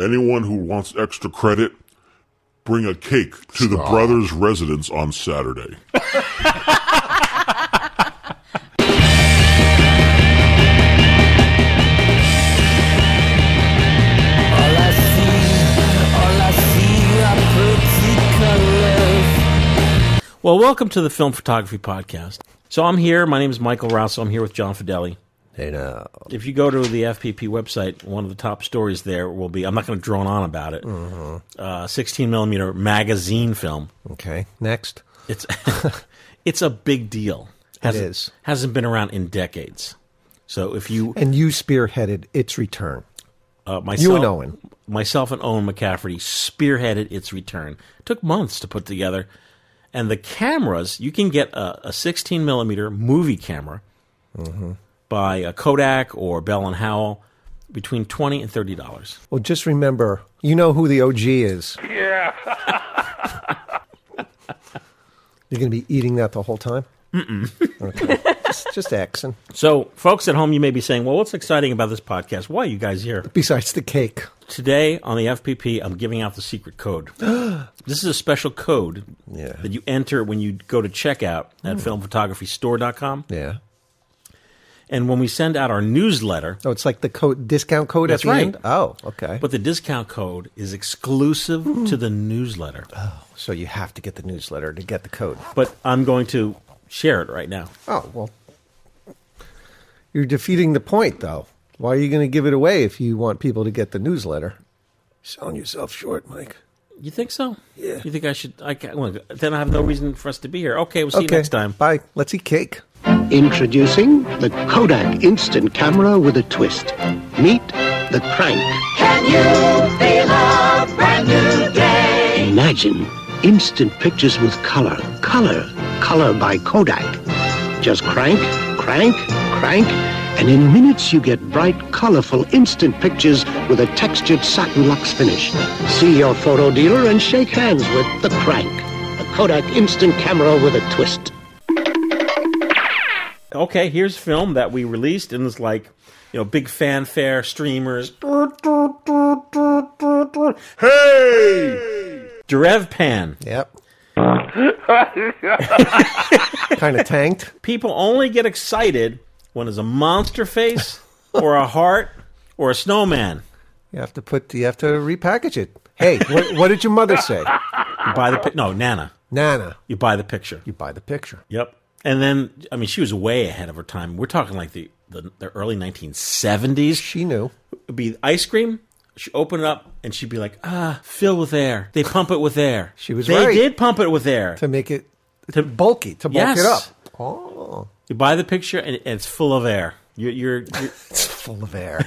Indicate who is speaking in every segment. Speaker 1: anyone who wants extra credit, bring a cake to the brothers' residence on Saturday.
Speaker 2: All I see, all I see are pretty colors.
Speaker 3: Well, welcome to the Film Photography Podcast. So I'm here. My name is Michael Rousseau. I'm here with John Fideli.
Speaker 4: Hey now,
Speaker 3: If you go to the FPP website, one of the top stories there will be I'm not going to drone on about it. Uh, 16 millimeter magazine film.
Speaker 4: okay, next.
Speaker 3: It's it's a big deal. Hasn't,
Speaker 4: is.
Speaker 3: Hasn't been around in decades. So if you
Speaker 4: And you spearheaded its return.
Speaker 3: uh, myself,
Speaker 4: You and Owen.
Speaker 3: myself and Owen McCafferty spearheaded its return. took months to put together, and the cameras you can get a, a 16 millimeter movie camera
Speaker 4: Mm-hmm.
Speaker 3: by a Kodak or Bell and Howell between 20 and 30 dollars.
Speaker 4: Well, just remember, you know who the OG is. Yeah. You're going to be eating that the whole time. Mm-mm. Okay. just, just axing.
Speaker 3: So, folks at home, you may be saying, "Well, what's exciting about this podcast? Why are you guys here?"
Speaker 4: Besides the cake,
Speaker 3: Today on the FPP, I'm giving out the secret code. this is a special code
Speaker 4: Yeah. Hmm.
Speaker 3: that you enter when you go to checkout at filmphotographystore.com.
Speaker 4: yeah.
Speaker 3: And when we send out our newsletter,
Speaker 4: Oh, it's like the code discount code
Speaker 3: That's
Speaker 4: at the
Speaker 3: right.
Speaker 4: end. Oh, okay.
Speaker 3: But the discount code is exclusive to the newsletter.
Speaker 4: so you have to get the newsletter to get the code.
Speaker 3: But I'm going to share it right now.
Speaker 4: Oh well, you're defeating the point, though. Why are you going to give it away if you want people to get the newsletter? Selling yourself short, Mike.
Speaker 3: You think so?
Speaker 4: Yeah.
Speaker 3: You think I should? I can, well, then I have no reason for us to be here. Okay, we'll see you next time.
Speaker 4: Bye. Let's eat cake.
Speaker 5: Introducing the Kodak instant camera with a twist. Meet the crank.
Speaker 2: Can you feel a brand new day?
Speaker 5: Imagine instant pictures with color, color, color by Kodak. Just crank, crank, crank, and in minutes you get bright, colorful instant pictures with a textured satin lux finish. See your photo dealer and shake hands with the crank, the Kodak instant camera with a twist.
Speaker 3: Okay, here's film that we released and it's like, you know, big fanfare, streamers. Hey! Derev Pan.
Speaker 4: Yep. kind of tanked.
Speaker 3: People only get excited when there's a monster face or a heart or a snowman.
Speaker 4: You have to put. You have to repackage it. Hey, what, what did your mother say?
Speaker 3: You buy the pic- no Nana.
Speaker 4: Nana,
Speaker 3: You buy the picture.
Speaker 4: you buy the picture.
Speaker 3: Yep. And then, I mean, she was way ahead of her time. We're talking like the, the, the early 1970s.
Speaker 4: She knew.
Speaker 3: It'd be ice cream. She'd open it up and she'd be like, ah, fill with air. They pump it with air.
Speaker 4: She was
Speaker 3: They
Speaker 4: right.
Speaker 3: did pump it with air.
Speaker 4: to make it
Speaker 3: To-
Speaker 4: bulky, to bulk
Speaker 3: Yes.
Speaker 4: it up. Oh,
Speaker 3: You buy the picture and, and it's full of air. You're, you're, you're
Speaker 4: it's full of air.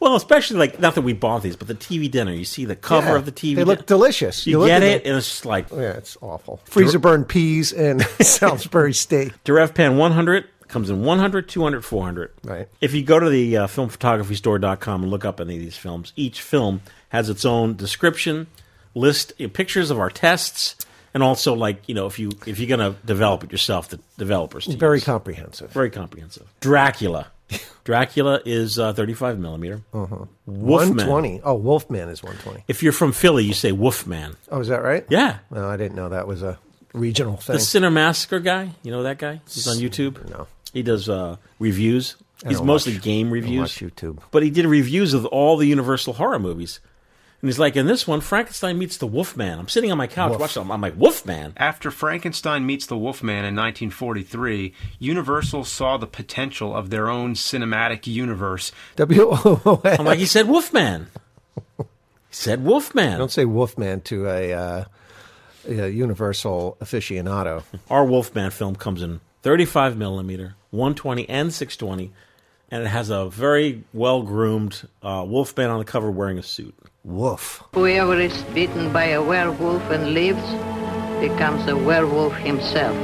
Speaker 3: well, especially like, not that we bought these, but the TV dinner. You see the cover
Speaker 4: Yeah.
Speaker 3: of the TV
Speaker 4: They look
Speaker 3: din-
Speaker 4: delicious.
Speaker 3: You,
Speaker 4: look
Speaker 3: get
Speaker 4: at
Speaker 3: it, and it's just like
Speaker 4: them- Yeah, it's awful. Freezer burned peas and Salisbury steak.
Speaker 3: DirevPan 100 comes in 100, 200, 400.
Speaker 4: Right.
Speaker 3: If you go to the uh, filmphotographystore.com and look up any of these films, each film has its own description, list uh, pictures of our tests, and also like you know if you if you're going to develop it yourself, the developers team.
Speaker 4: Very comprehensive.
Speaker 3: very comprehensive. Dracula. Dracula is uh, 35 millimeter. Uh-huh. Wolfman.
Speaker 4: 120. Oh, Wolfman is 120.
Speaker 3: If you're from Philly, you say Wolfman.
Speaker 4: Oh, is that right?
Speaker 3: Yeah.
Speaker 4: No, I didn't know that was a regional thing.
Speaker 3: The Sinner Massacre guy, you know that guy? He's on YouTube.
Speaker 4: No.
Speaker 3: he does uh, reviews. He's
Speaker 4: don't
Speaker 3: mostly
Speaker 4: watch-
Speaker 3: game
Speaker 4: I don't
Speaker 3: reviews.
Speaker 4: watch YouTube.
Speaker 3: but he did reviews of all the Universal horror movies. And he's like, in this one, Frankenstein meets the Wolfman. I'm sitting on my couch watching. I'm, I'm like, Wolfman.
Speaker 6: After Frankenstein meets the Wolfman in 1943, Universal saw the potential of their own cinematic universe.
Speaker 4: W O O
Speaker 3: I'm
Speaker 4: N.
Speaker 3: like, he said Wolfman. He said Wolfman.
Speaker 4: Don't say Wolfman to a, uh, a Universal aficionado.
Speaker 3: Our Wolfman film comes in 35 millimeter, 120 and 620, and it has a very well groomed uh, Wolfman on the cover wearing a suit.
Speaker 4: Wolf.
Speaker 7: Whoever is bitten by a werewolf and lives becomes a werewolf himself.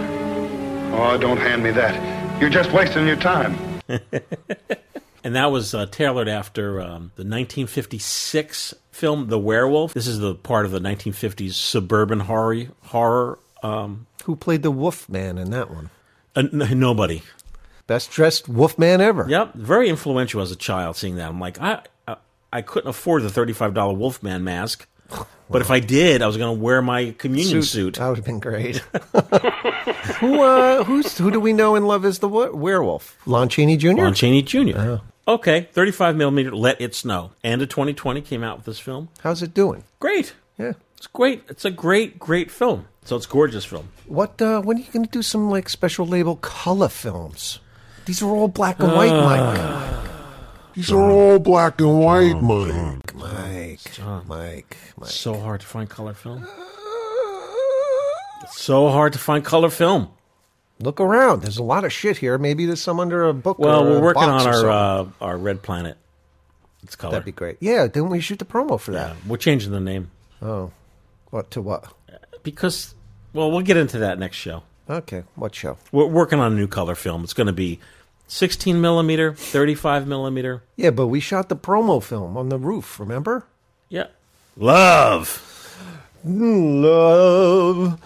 Speaker 8: Oh, don't hand me that. You're just wasting your time.
Speaker 3: And that was uh, tailored after um, the 1956 film The Werewolf. This is the part of the 1950s suburban horror horror. Um,
Speaker 4: Who played the Wolfman in that one?
Speaker 3: uh, n- nobody.
Speaker 4: Best dressed Wolfman ever.
Speaker 3: Yep, very influential as a child. Seeing that, I'm like, I, I I couldn't afford the $35 Wolfman mask. But if I did, I was going to wear my communion suit.
Speaker 4: That would have been great. who uh, who's who do we know and love as the wo- werewolf? Lon Chaney Jr.
Speaker 3: Lon Chaney Jr. Okay, 35 millimeter, Let It Snow. And a 2020 came out with this film.
Speaker 4: How's it doing?
Speaker 3: Great.
Speaker 4: Yeah.
Speaker 3: It's great. It's a great, great film. So it's a gorgeous film.
Speaker 4: What uh, when are you going to do some like special label color films? These are all black and white, Mike.
Speaker 3: Ah.
Speaker 9: These are all black and white,
Speaker 3: Oh,
Speaker 9: Mike.
Speaker 4: Mike, Mike, Mike.
Speaker 3: So hard to find color film. It's so hard to find color film.
Speaker 4: Look around. There's a lot of shit here. Maybe there's some under a book.
Speaker 3: Well,
Speaker 4: or
Speaker 3: we're
Speaker 4: a
Speaker 3: working
Speaker 4: box
Speaker 3: on
Speaker 4: or
Speaker 3: our
Speaker 4: something.
Speaker 3: uh, our Red Planet. It's color.
Speaker 4: That'd be great. Yeah, didn't we shoot the promo for that?
Speaker 3: We're changing the name
Speaker 4: Oh, what to what?
Speaker 3: because, well, we'll get into that next show.
Speaker 4: Okay, what show?
Speaker 3: We're working on a new color film. It's going to be 16 millimeter, 35 millimeter.
Speaker 4: Yeah, but we shot the promo film on the roof. Remember?
Speaker 3: Yeah. Love.
Speaker 4: Love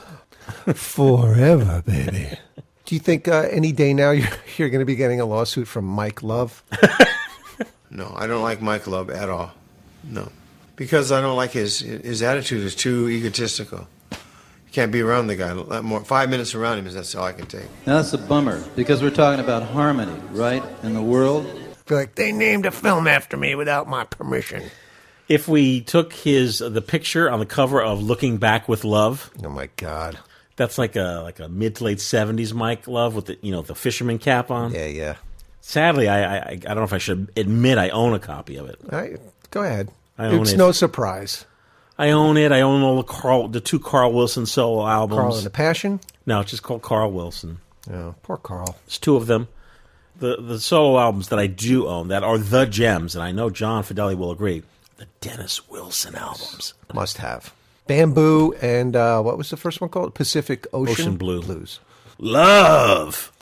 Speaker 4: forever, baby. Do you think uh, any day now you're, you're going to be getting a lawsuit from Mike Love?
Speaker 10: No, I don't like Mike Love at all. No, because I don't like his his attitude is too egotistical. You can't be around the guy. Let More five minutes around him is that's all I can take.
Speaker 2: Now that's a bummer because we're talking about harmony, right? In the world.
Speaker 4: Be like, they named a film after me without my permission.
Speaker 3: If we took his uh, the picture on the cover of Looking Back with Love,
Speaker 4: Oh my God.
Speaker 3: that's like a like a mid to late 70s Mike Love with the you know the fisherman cap on.
Speaker 4: Yeah, yeah.
Speaker 3: Sadly, I, I I don't know if I should admit I own a copy of it.
Speaker 4: I, go ahead.
Speaker 3: I own
Speaker 4: it's
Speaker 3: it.
Speaker 4: no surprise.
Speaker 3: I own it. I own all the Carl, the two Carl Wilson solo albums.
Speaker 4: Carl and the Passion.
Speaker 3: no, it's just called Carl Wilson.
Speaker 4: Oh, poor Carl.
Speaker 3: It's two of them. The the solo albums that I do own that are the gems, and I know John Fideli will agree. The Dennis Wilson albums,
Speaker 4: Must have. Bamboo and uh, what was the first one called? Pacific Ocean,
Speaker 3: Ocean Blue.
Speaker 4: Blues.
Speaker 3: Love,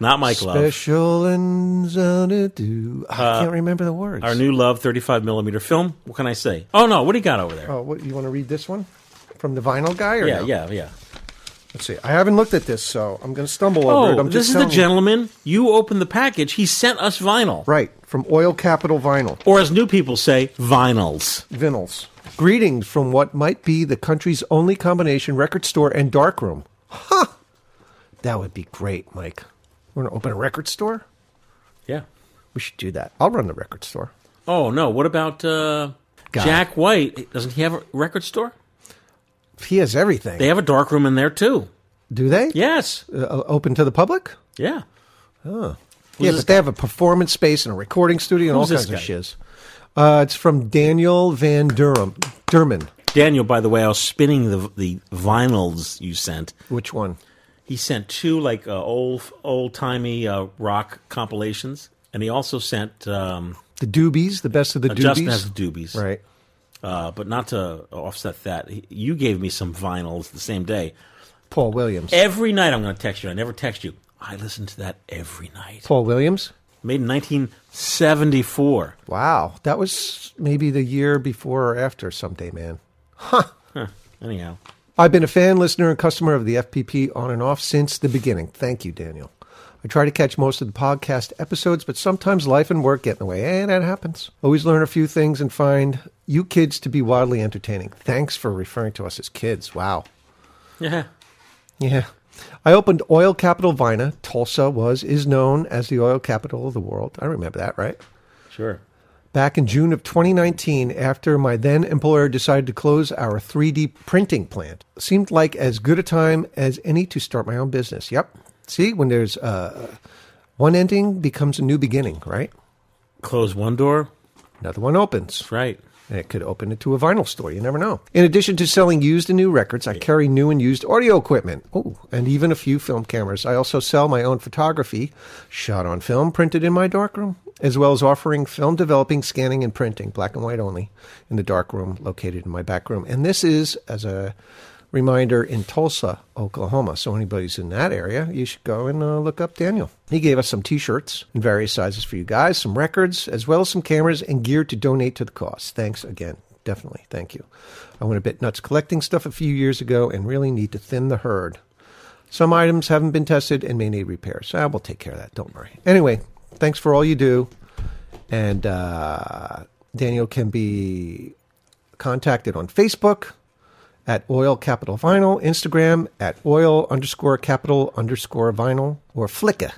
Speaker 3: not Mike Love. Uh,
Speaker 4: Special and Zona Do. I can't remember the words.
Speaker 3: Our new Love 35 millimeter film. What can I say? Oh no, what do you got over there?
Speaker 4: Oh, what, you want to read this one from the vinyl guy? Or
Speaker 3: yeah,
Speaker 4: no?
Speaker 3: yeah, yeah.
Speaker 4: Let's see. I haven't looked at this, so I'm going to stumble over it.
Speaker 3: Oh,
Speaker 4: I'm
Speaker 3: this
Speaker 4: just
Speaker 3: is the
Speaker 4: telling you.
Speaker 3: gentleman. You opened the package. He sent us vinyl,
Speaker 4: Right from Oil Capital Vinyl.
Speaker 3: or as new people say, vinyls.
Speaker 4: Vinyls. Greetings from what might be the country's only combination record store and darkroom. Huh. That would be great, Mike. We're going to open a record store.
Speaker 3: Yeah.
Speaker 4: We should do that. I'll run the record store.
Speaker 3: Oh no! What about uh,
Speaker 4: Guy.
Speaker 3: Jack White? Doesn't he have a record store?
Speaker 4: He has everything.
Speaker 3: They have a dark room in there too.
Speaker 4: do they?
Speaker 3: Yes.
Speaker 4: Uh, open to the public?
Speaker 3: Yeah.
Speaker 4: Yeah,
Speaker 3: this
Speaker 4: but they have a performance space and a recording studio and all
Speaker 3: Who's
Speaker 4: kinds
Speaker 3: this
Speaker 4: of
Speaker 3: guy?
Speaker 4: shiz. Uh, it's from Daniel Van Durham. Durman.
Speaker 3: Daniel, by the way, I was spinning the the vinyls you sent.
Speaker 4: Which one?
Speaker 3: He sent two like uh, old old timey uh, rock compilations, and he also sent um,
Speaker 4: The Doobies, the best of the
Speaker 3: uh,
Speaker 4: Doobies.
Speaker 3: Justin has the Doobies,
Speaker 4: Right.
Speaker 3: Uh, but not to offset that, he- you gave me some vinyls the same day.
Speaker 4: Paul Williams.
Speaker 3: Every night I'm going to text you. I never text you. I listen to that every night.
Speaker 4: Paul Williams.
Speaker 3: Made in 1974.
Speaker 4: Wow, that was maybe the year before or after someday, man.
Speaker 3: Anyhow.
Speaker 4: I've been a fan, listener, and customer of the FPP on and off since the beginning. Thank you, Daniel. I try to catch most of the podcast episodes, but sometimes life and work get in the way, and that happens. Always learn a few things and find you kids to be wildly entertaining. Thanks for referring to us as kids. Wow.
Speaker 3: Yeah.
Speaker 4: Yeah. I opened Oil Capital Vina. Tulsa was, is known as the oil capital of the world. I remember that, right?
Speaker 3: Sure.
Speaker 4: back in June of 2019 after my then employer decided to close our 3D printing plant. Seemed like as good a time as any to start my own business. Yep. See, when there's uh, one ending becomes a new beginning, right?
Speaker 3: Close one door.
Speaker 4: Another one opens.
Speaker 3: Right.
Speaker 4: And it could open into a vinyl store. You never know. In addition to selling used and new records, I carry new and used audio equipment. Oh, and even a few film cameras. I also sell my own photography, shot on film, printed in my darkroom, as well as offering film developing, scanning, and printing, black and white only, in the darkroom located in my back room. And this is, as a reminder, in Tulsa, Oklahoma. So anybody's in that area, you should go and uh, look up Daniel. He gave us some T-shirts in various sizes for you guys, some records, as well as some cameras and gear to donate to the cause. Thanks again. Definitely. Thank you. I went a bit nuts collecting stuff a few years ago and really need to thin the herd. Some items haven't been tested and may need repairs. I will take care of that. Don't worry. Anyway, thanks for all you do. And uh, Daniel can be contacted on Facebook at oil capital vinyl, Instagram at oil underscore capital underscore vinyl, or Flickr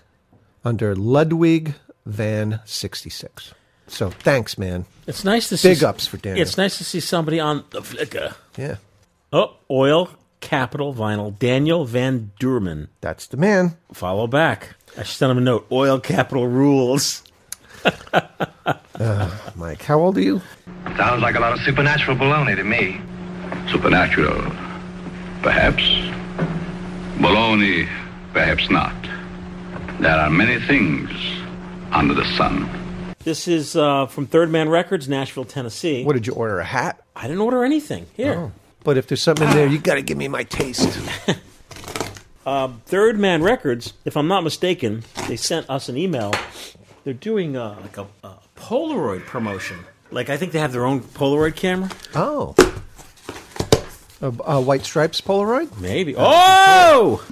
Speaker 4: under Ludwig Van 66. So thanks, man.
Speaker 3: It's nice to see
Speaker 4: Big ups for Daniel.
Speaker 3: It's nice to see somebody on the Flickr.
Speaker 4: Yeah,
Speaker 3: Oh, oil capital vinyl. Daniel Van Duerman.
Speaker 4: that's the man.
Speaker 3: Follow back. I should send him a note. Oil capital rules.
Speaker 4: Mike, how old are you?
Speaker 8: Sounds like a lot of supernatural baloney to me.
Speaker 11: Supernatural, perhaps. Baloney, perhaps not. There are many things under the sun.
Speaker 3: This is uh, from Third Man Records, Nashville, Tennessee.
Speaker 4: What Oh. did you order? A hat?
Speaker 3: I didn't order anything. Here.
Speaker 4: But if there's something in there, you got to give me my taste.
Speaker 3: Third Man Records, if I'm not mistaken, they sent us an email. They're doing uh, like a, a Polaroid promotion. Like, I think they have their own Polaroid camera.
Speaker 4: Oh. A, a White Stripes Polaroid?
Speaker 3: Maybe. Oh!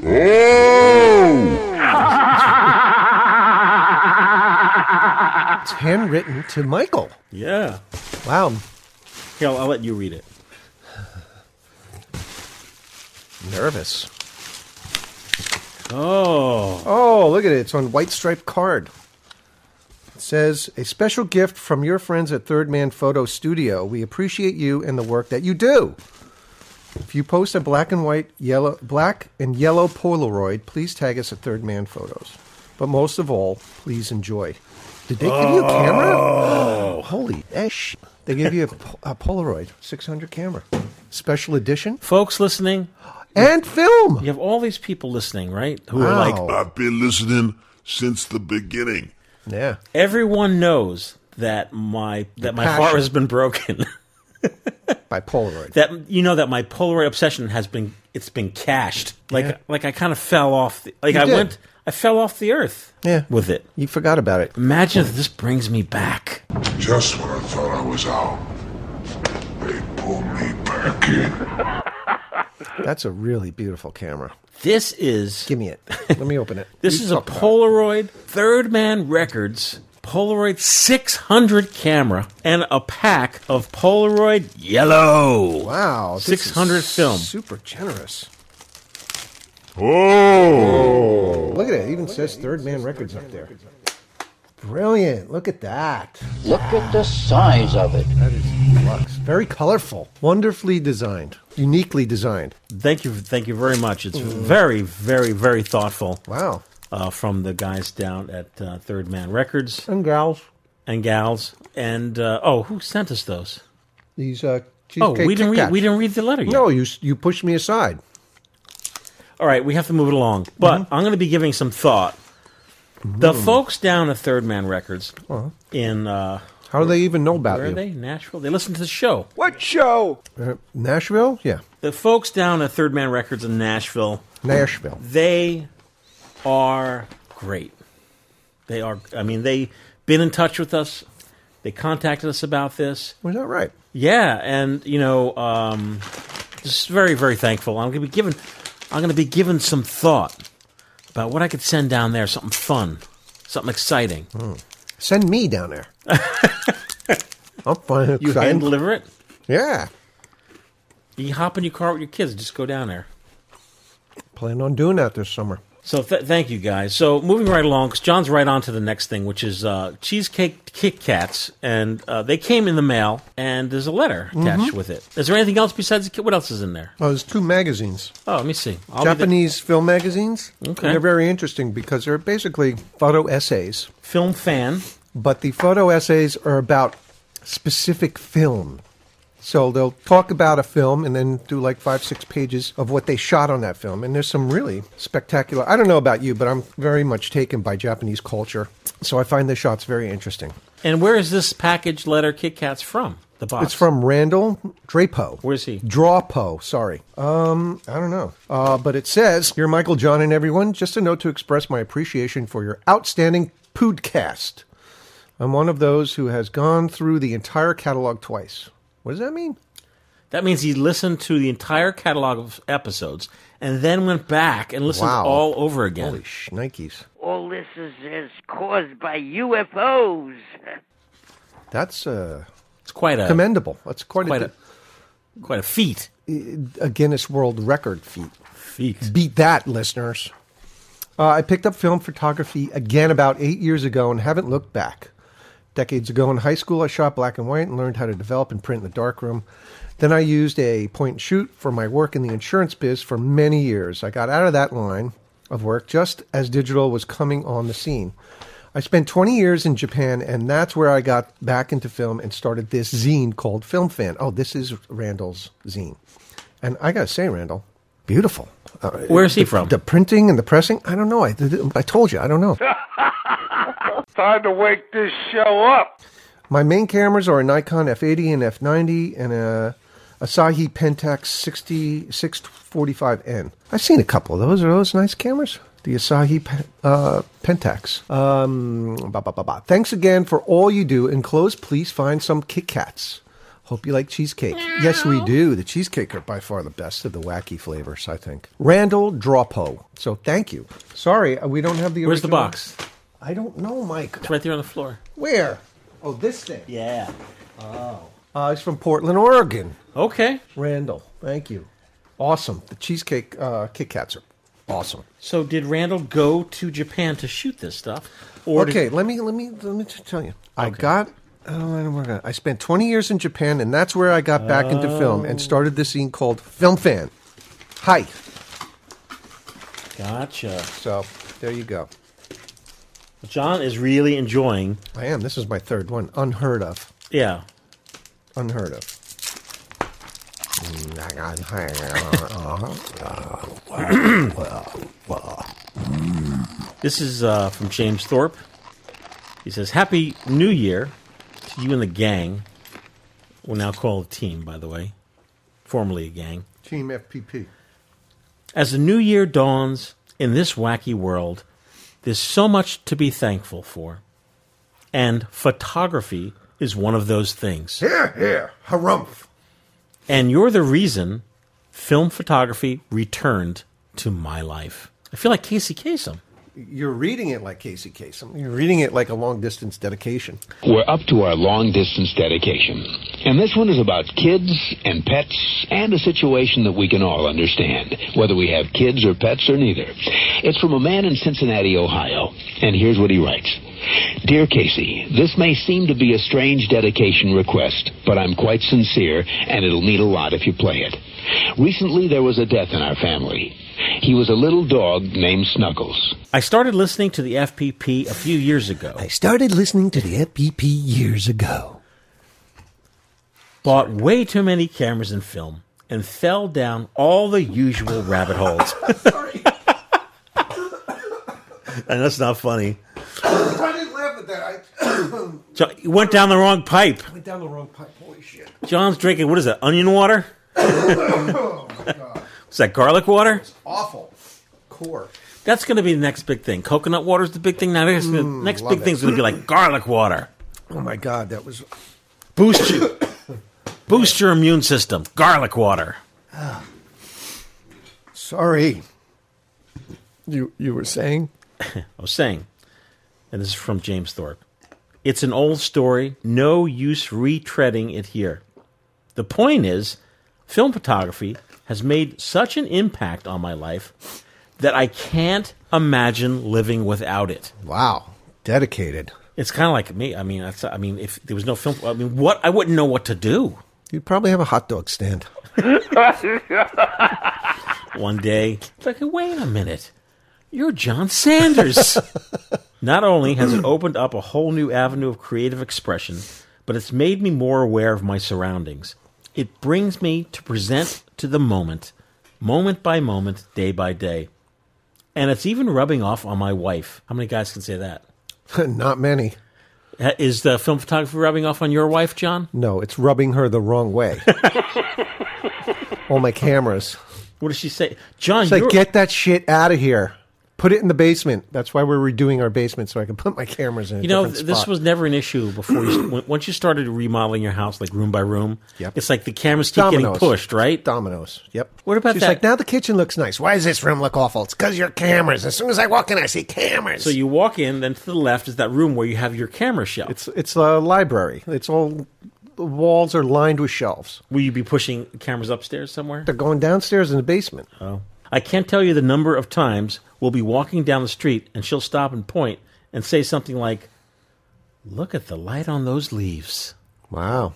Speaker 4: It's handwritten to Michael.
Speaker 3: Yeah.
Speaker 4: Wow.
Speaker 3: Here, I'll, I'll let you read it.
Speaker 4: Nervous.
Speaker 3: Oh.
Speaker 4: Oh, look at it. It's on white striped card. It says, A special gift from your friends at Third Man Photo Studio. We appreciate you and the work that you do. If you post a black and white, yellow, black and yellow Polaroid, please tag us at Third Man Photos. But most of all, please enjoy. Did they give you a camera? Holy esh. They gave you a, po- a Polaroid 600 camera. Special edition.
Speaker 3: Folks listening,
Speaker 4: And film.
Speaker 3: you have all these people listening, right? Who are like,
Speaker 4: Wow.
Speaker 1: I've been listening since the beginning.
Speaker 4: yeah.
Speaker 3: everyone knows that my that my heart
Speaker 4: passion.
Speaker 3: has been broken.
Speaker 4: By Polaroid.
Speaker 3: that you know that my Polaroid obsession has been it's been cashed. Like
Speaker 4: Yeah.
Speaker 3: like I kind of fell off. The, like
Speaker 4: You
Speaker 3: I
Speaker 4: did.
Speaker 3: went, I fell off the earth.
Speaker 4: Yeah.
Speaker 3: with it.
Speaker 4: you forgot about it.
Speaker 3: Imagine if this brings me back.
Speaker 9: Just when I thought I was out, they pulled me back in.
Speaker 4: That's a really beautiful camera.
Speaker 3: This is
Speaker 4: Give me it. Let me open it.
Speaker 3: this is a Polaroid Third Man Records Polaroid 600 camera and a pack of Polaroid yellow.
Speaker 4: Wow, this
Speaker 3: 600
Speaker 4: is
Speaker 3: film.
Speaker 4: Super generous.
Speaker 1: Oh!
Speaker 4: Look at it. It even says Third Man Records up there. Brilliant. Look at that.
Speaker 2: Look at the size of it.
Speaker 4: That is deluxe. Very colorful. Wonderfully designed. Uniquely designed.
Speaker 3: Thank you, thank you very much. It's
Speaker 4: Mm.
Speaker 3: very, very, very thoughtful.
Speaker 4: Wow.
Speaker 3: Uh, from the guys down at uh, Third Man Records
Speaker 4: And gals,
Speaker 3: and gals, and uh, oh, who sent us those?
Speaker 4: these
Speaker 3: Oh,
Speaker 4: uh, cheesecake
Speaker 3: we didn't
Speaker 4: Kit
Speaker 3: read.
Speaker 4: Kats.
Speaker 3: We didn't read the letter yet.
Speaker 4: No, you you pushed me aside.
Speaker 3: All right, we have to move it along. But
Speaker 4: Mm-hmm.
Speaker 3: I'm going to be giving some thought. The
Speaker 4: Mm.
Speaker 3: folks down at Third Man Records in uh,
Speaker 4: How do they even know about
Speaker 3: where are
Speaker 4: Uh-huh. you?
Speaker 3: they? Nashville. They listen to the show.
Speaker 4: Uh, Nashville? Yeah,
Speaker 3: The folks down at Third Man Records in Nashville.
Speaker 4: Nashville.
Speaker 3: They are great. They are. I mean, they been in touch with us. They contacted us about this.
Speaker 4: Was that right?
Speaker 3: Yeah, and you know, um, just very, very thankful. I'm gonna be given, I'm gonna be given some thought about what I could send down there. Something fun, something exciting.
Speaker 4: Send me down there. I'm fine.
Speaker 3: You hand deliver it.
Speaker 4: Yeah.
Speaker 3: You hop in your car with your kids. Just go down there.
Speaker 4: Plan on doing that this summer.
Speaker 3: So th- thank you guys. So moving right along, because John's right on to the next thing, which is uh, cheesecake Kit Kats, and uh, they came in the mail, and there's a letter
Speaker 4: Mm-hmm.
Speaker 3: attached with it. Is there anything else besides the kit? What else is in there?
Speaker 4: Oh, there's two magazines.
Speaker 3: Oh, let me see. I'll be the-
Speaker 4: Japanese film magazines.
Speaker 3: Okay.
Speaker 4: And They're very interesting because they're basically photo essays,
Speaker 3: film fan.
Speaker 4: but the photo essays are about specific film. So they'll talk about a film and then do like five, six pages of what they shot on that film. And there's some really spectacular. I don't know about you, but I'm very much taken by Japanese culture. So I find the shots very interesting.
Speaker 3: And where is this package letter Kit Kats from? The box.
Speaker 4: It's from Randall Drapo.
Speaker 3: Where's he?
Speaker 4: Drawpo, sorry. Um, I don't know. Uh, but it says, Dear Michael, John, and everyone, just a note to express my appreciation for your outstanding podcast. I'm one of those who has gone through the entire catalog twice. What does that mean?
Speaker 3: That means he listened to the entire catalog of episodes and then went back and listened
Speaker 4: Wow.
Speaker 3: all over again.
Speaker 4: Holy shnikes.
Speaker 2: All this is, is caused by UFOs.
Speaker 4: That's, uh,
Speaker 3: quite a
Speaker 4: commendable. That's quite,
Speaker 3: quite
Speaker 4: a,
Speaker 3: a quite a feat.
Speaker 4: a Guinness World Record feat.
Speaker 3: Feat.
Speaker 4: Beat that, listeners. Uh, I picked up film photography again about eight years ago and haven't looked back. Decades ago in high school, I shot black and white and learned how to develop and print in the darkroom. Then I used a point and shoot for my work in the insurance biz for many years. I got out of that line of work just as digital was coming on the scene. I spent 20 years in Japan, and that's where I got back into film and started this zine called Film Fan. Oh, this is Randall's zine. And I got to say, Randall, beautiful. Uh,
Speaker 3: Where's he
Speaker 4: the-
Speaker 3: from?
Speaker 4: The printing and the pressing? I don't know. I, I told you, I don't know.
Speaker 9: Time to wake this show up.
Speaker 4: My main cameras are a Nikon F80 and F90 and a Asahi Pentax 60 645N. I've seen a couple of those. Are those nice cameras? The Asahi Pe- uh, Pentax. Um, ba, ba, ba, ba. Thanks again for all you do. Enclosed, please find some Kit Kats. Hope you like cheesecake. Yes, we do. The cheesecake are by far the best of the wacky flavors, I think. Randall Dropo. So thank you. Sorry, uh, we don't have the
Speaker 3: Where's the
Speaker 4: original-
Speaker 3: box?
Speaker 4: I don't know, Mike.
Speaker 3: It's right there on the floor.
Speaker 4: Where? Oh, this thing.
Speaker 3: Yeah.
Speaker 4: Uh, he's from Portland, Oregon.
Speaker 3: Okay.
Speaker 4: Randall, thank you. Awesome. The cheesecake uh, Kit Kats are awesome.
Speaker 3: So did Randall go to Japan to shoot this stuff? Or did-
Speaker 4: okay, let me let me let me t- tell you. I got. Oh, I, don't work on- I spent 20 years in Japan, and that's where I got back into film and started this scene called Film Fan. Hi.
Speaker 3: gotcha.
Speaker 4: So there you go.
Speaker 3: John is really enjoying.
Speaker 4: I am. This is my third one. Unheard of.
Speaker 3: Yeah.
Speaker 4: Unheard of. Mm, Uh-huh.
Speaker 3: This is uh, from James Thorpe. He says, Happy New Year to you and the gang. We'll now call a team, by the way. Formerly a gang.
Speaker 4: Team FPP.
Speaker 3: As the new year dawns in this wacky world, there's so much to be thankful for. And photography is one of those things.
Speaker 4: Here, here. Harumph.
Speaker 3: And you're the reason film photography returned to my life. I feel like Casey Kasem.
Speaker 4: You're reading it like Casey Kasem. You're reading it like a long distance dedication.
Speaker 12: We're up to our long distance dedication. And this one is about kids and pets and a situation that we can all understand, whether we have kids or pets or neither. It's from a man in Cincinnati, Ohio. And here's what he writes Dear Casey, this may seem to be a strange dedication request, but I'm quite sincere and it'll mean a lot if you play it. Recently, there was a death in our family. He was a little dog named Snuggles.
Speaker 3: I started listening to the FPP a few years ago.
Speaker 4: I started listening to the FPP years ago.
Speaker 3: bought way too many cameras and film and fell down all the usual rabbit holes. and that's not funny.
Speaker 4: I didn't laugh at that. I
Speaker 3: Jo- you went down the wrong pipe.
Speaker 4: went down the wrong pipe. Holy shit.
Speaker 3: John's drinking, what is that, onion water?
Speaker 4: Oh, my God.
Speaker 3: Is that garlic water?
Speaker 4: Awful. Core.
Speaker 3: That's going to be the next big thing. Coconut water is the big thing now. The next- the next
Speaker 4: Mm, love
Speaker 3: big
Speaker 4: it.
Speaker 3: thing's going to be like garlic water.
Speaker 4: Oh, my God. That was.
Speaker 3: Boost you. Boost your immune system. Garlic water.
Speaker 4: Sorry. You, you were saying?
Speaker 3: I was saying, and this is from James Thorpe. It's an old story, no use retreading it here. The point is, film photography has made such an impact on my life that I can't imagine living without it.
Speaker 4: Wow. Dedicated.
Speaker 3: It's kind of like me. I mean, that's, I mean, if there was no film, I mean, what I wouldn't know what to do.
Speaker 4: You'd probably have a hot dog stand.
Speaker 3: one day. It's like, wait a minute. You're John Sanders. Not only has it opened up a whole new avenue of creative expression, but it's made me more aware of my surroundings. It brings me to present to the moment, moment by moment, day by day. And it's even rubbing off on my wife. How many guys can say that?
Speaker 4: Not many.
Speaker 3: Ha- Is the film photography rubbing off on your wife, John?
Speaker 4: No, it's rubbing her the wrong way. All my cameras.
Speaker 3: What does she say? John,
Speaker 4: It's like,
Speaker 3: you're-
Speaker 4: get that shit out of here. Put it in the basement. That's why we're redoing our basement so I can put my cameras in. A
Speaker 3: You know,
Speaker 4: different
Speaker 3: th- this
Speaker 4: spot.
Speaker 3: was never an issue before. You, when- once you started remodeling your house, like room by room,
Speaker 4: Yep.
Speaker 3: it's like the cameras keep getting
Speaker 4: Dominoes.
Speaker 3: pushed, right?
Speaker 4: Dominoes. Yep.
Speaker 3: What about
Speaker 4: She's
Speaker 3: that-
Speaker 4: like, now the kitchen looks nice. Why does this room look awful? It's because your cameras. As soon as I walk in, I see cameras.
Speaker 3: so you walk in, then to the left is that room where you have your camera shelf.
Speaker 4: it's it's a library. It's all walls are lined with shelves.
Speaker 3: Will you be pushing cameras upstairs somewhere?
Speaker 4: They're going downstairs in the basement.
Speaker 3: Oh. I can't tell you the number of times we'll be walking down the street and she'll stop and point and say something like, Look at the light on those leaves.
Speaker 4: Wow.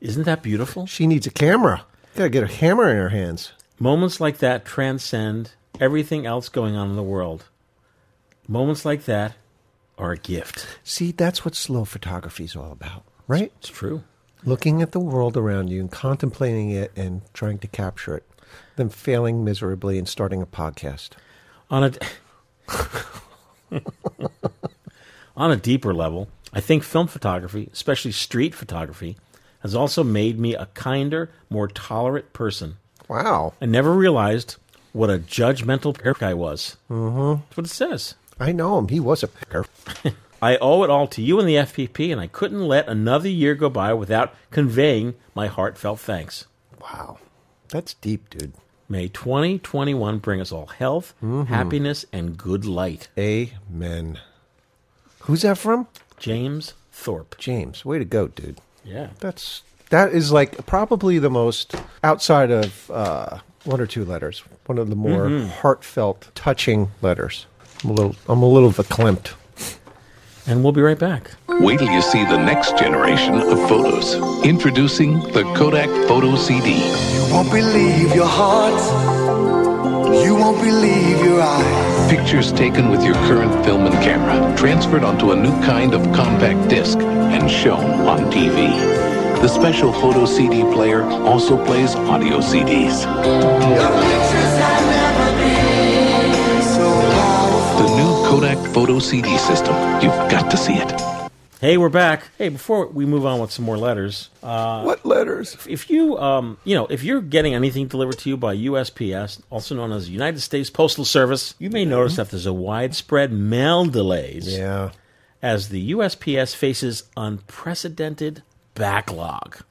Speaker 3: Isn't that beautiful?
Speaker 4: She needs a camera. Gotta get a hammer in her hands.
Speaker 3: Moments like that transcend everything else going on in the world. Moments like that are a gift.
Speaker 4: See, that's what slow photography is all about, right?
Speaker 3: It's true.
Speaker 4: Looking at the world around you and contemplating it and trying to capture it, then failing miserably and starting a podcast.
Speaker 3: On a on a deeper level, I think film photography, especially street photography, has also made me a kinder, more tolerant person.
Speaker 4: Wow.
Speaker 3: I never realized what a judgmental prick I was.
Speaker 4: Mm-hmm.
Speaker 3: That's what it says.
Speaker 4: I know him. He was a picker.
Speaker 3: I owe it all to you and the FPP, and I couldn't let another year go by without conveying my heartfelt thanks.
Speaker 4: Wow. That's deep, dude.
Speaker 3: May 2021 bring us all health,
Speaker 4: Mhm.
Speaker 3: happiness, and good light.
Speaker 4: Amen. Who's that from?
Speaker 3: James Thorpe.
Speaker 4: James, way to go, dude.
Speaker 3: Yeah.
Speaker 4: That's that is like probably the most outside of uh, one or two letters, one of the more
Speaker 3: Mhm.
Speaker 4: heartfelt, touching letters. I'm a little, I'm a little verklempt.
Speaker 3: And we'll be right back.
Speaker 13: Wait till you see the next generation of photos. Introducing the Kodak Photo CD.
Speaker 14: You won't believe your heart. You won't believe your eyes.
Speaker 13: Pictures taken with your current film and camera, transferred onto a new kind of compact disc, and shown on TV. The special photo CD player also plays audio CDs. The new Kodak Photo CD system. You've got to see it.
Speaker 3: Hey, we're back. Hey, before we move on with some more letters, uh,
Speaker 4: what letters?
Speaker 3: If you, um, you know, if you're getting anything delivered to you by USPS, also known as United States Postal Service, you may notice that there's a widespread mail delays.
Speaker 4: Yeah.
Speaker 3: As the USPS faces unprecedented backlog.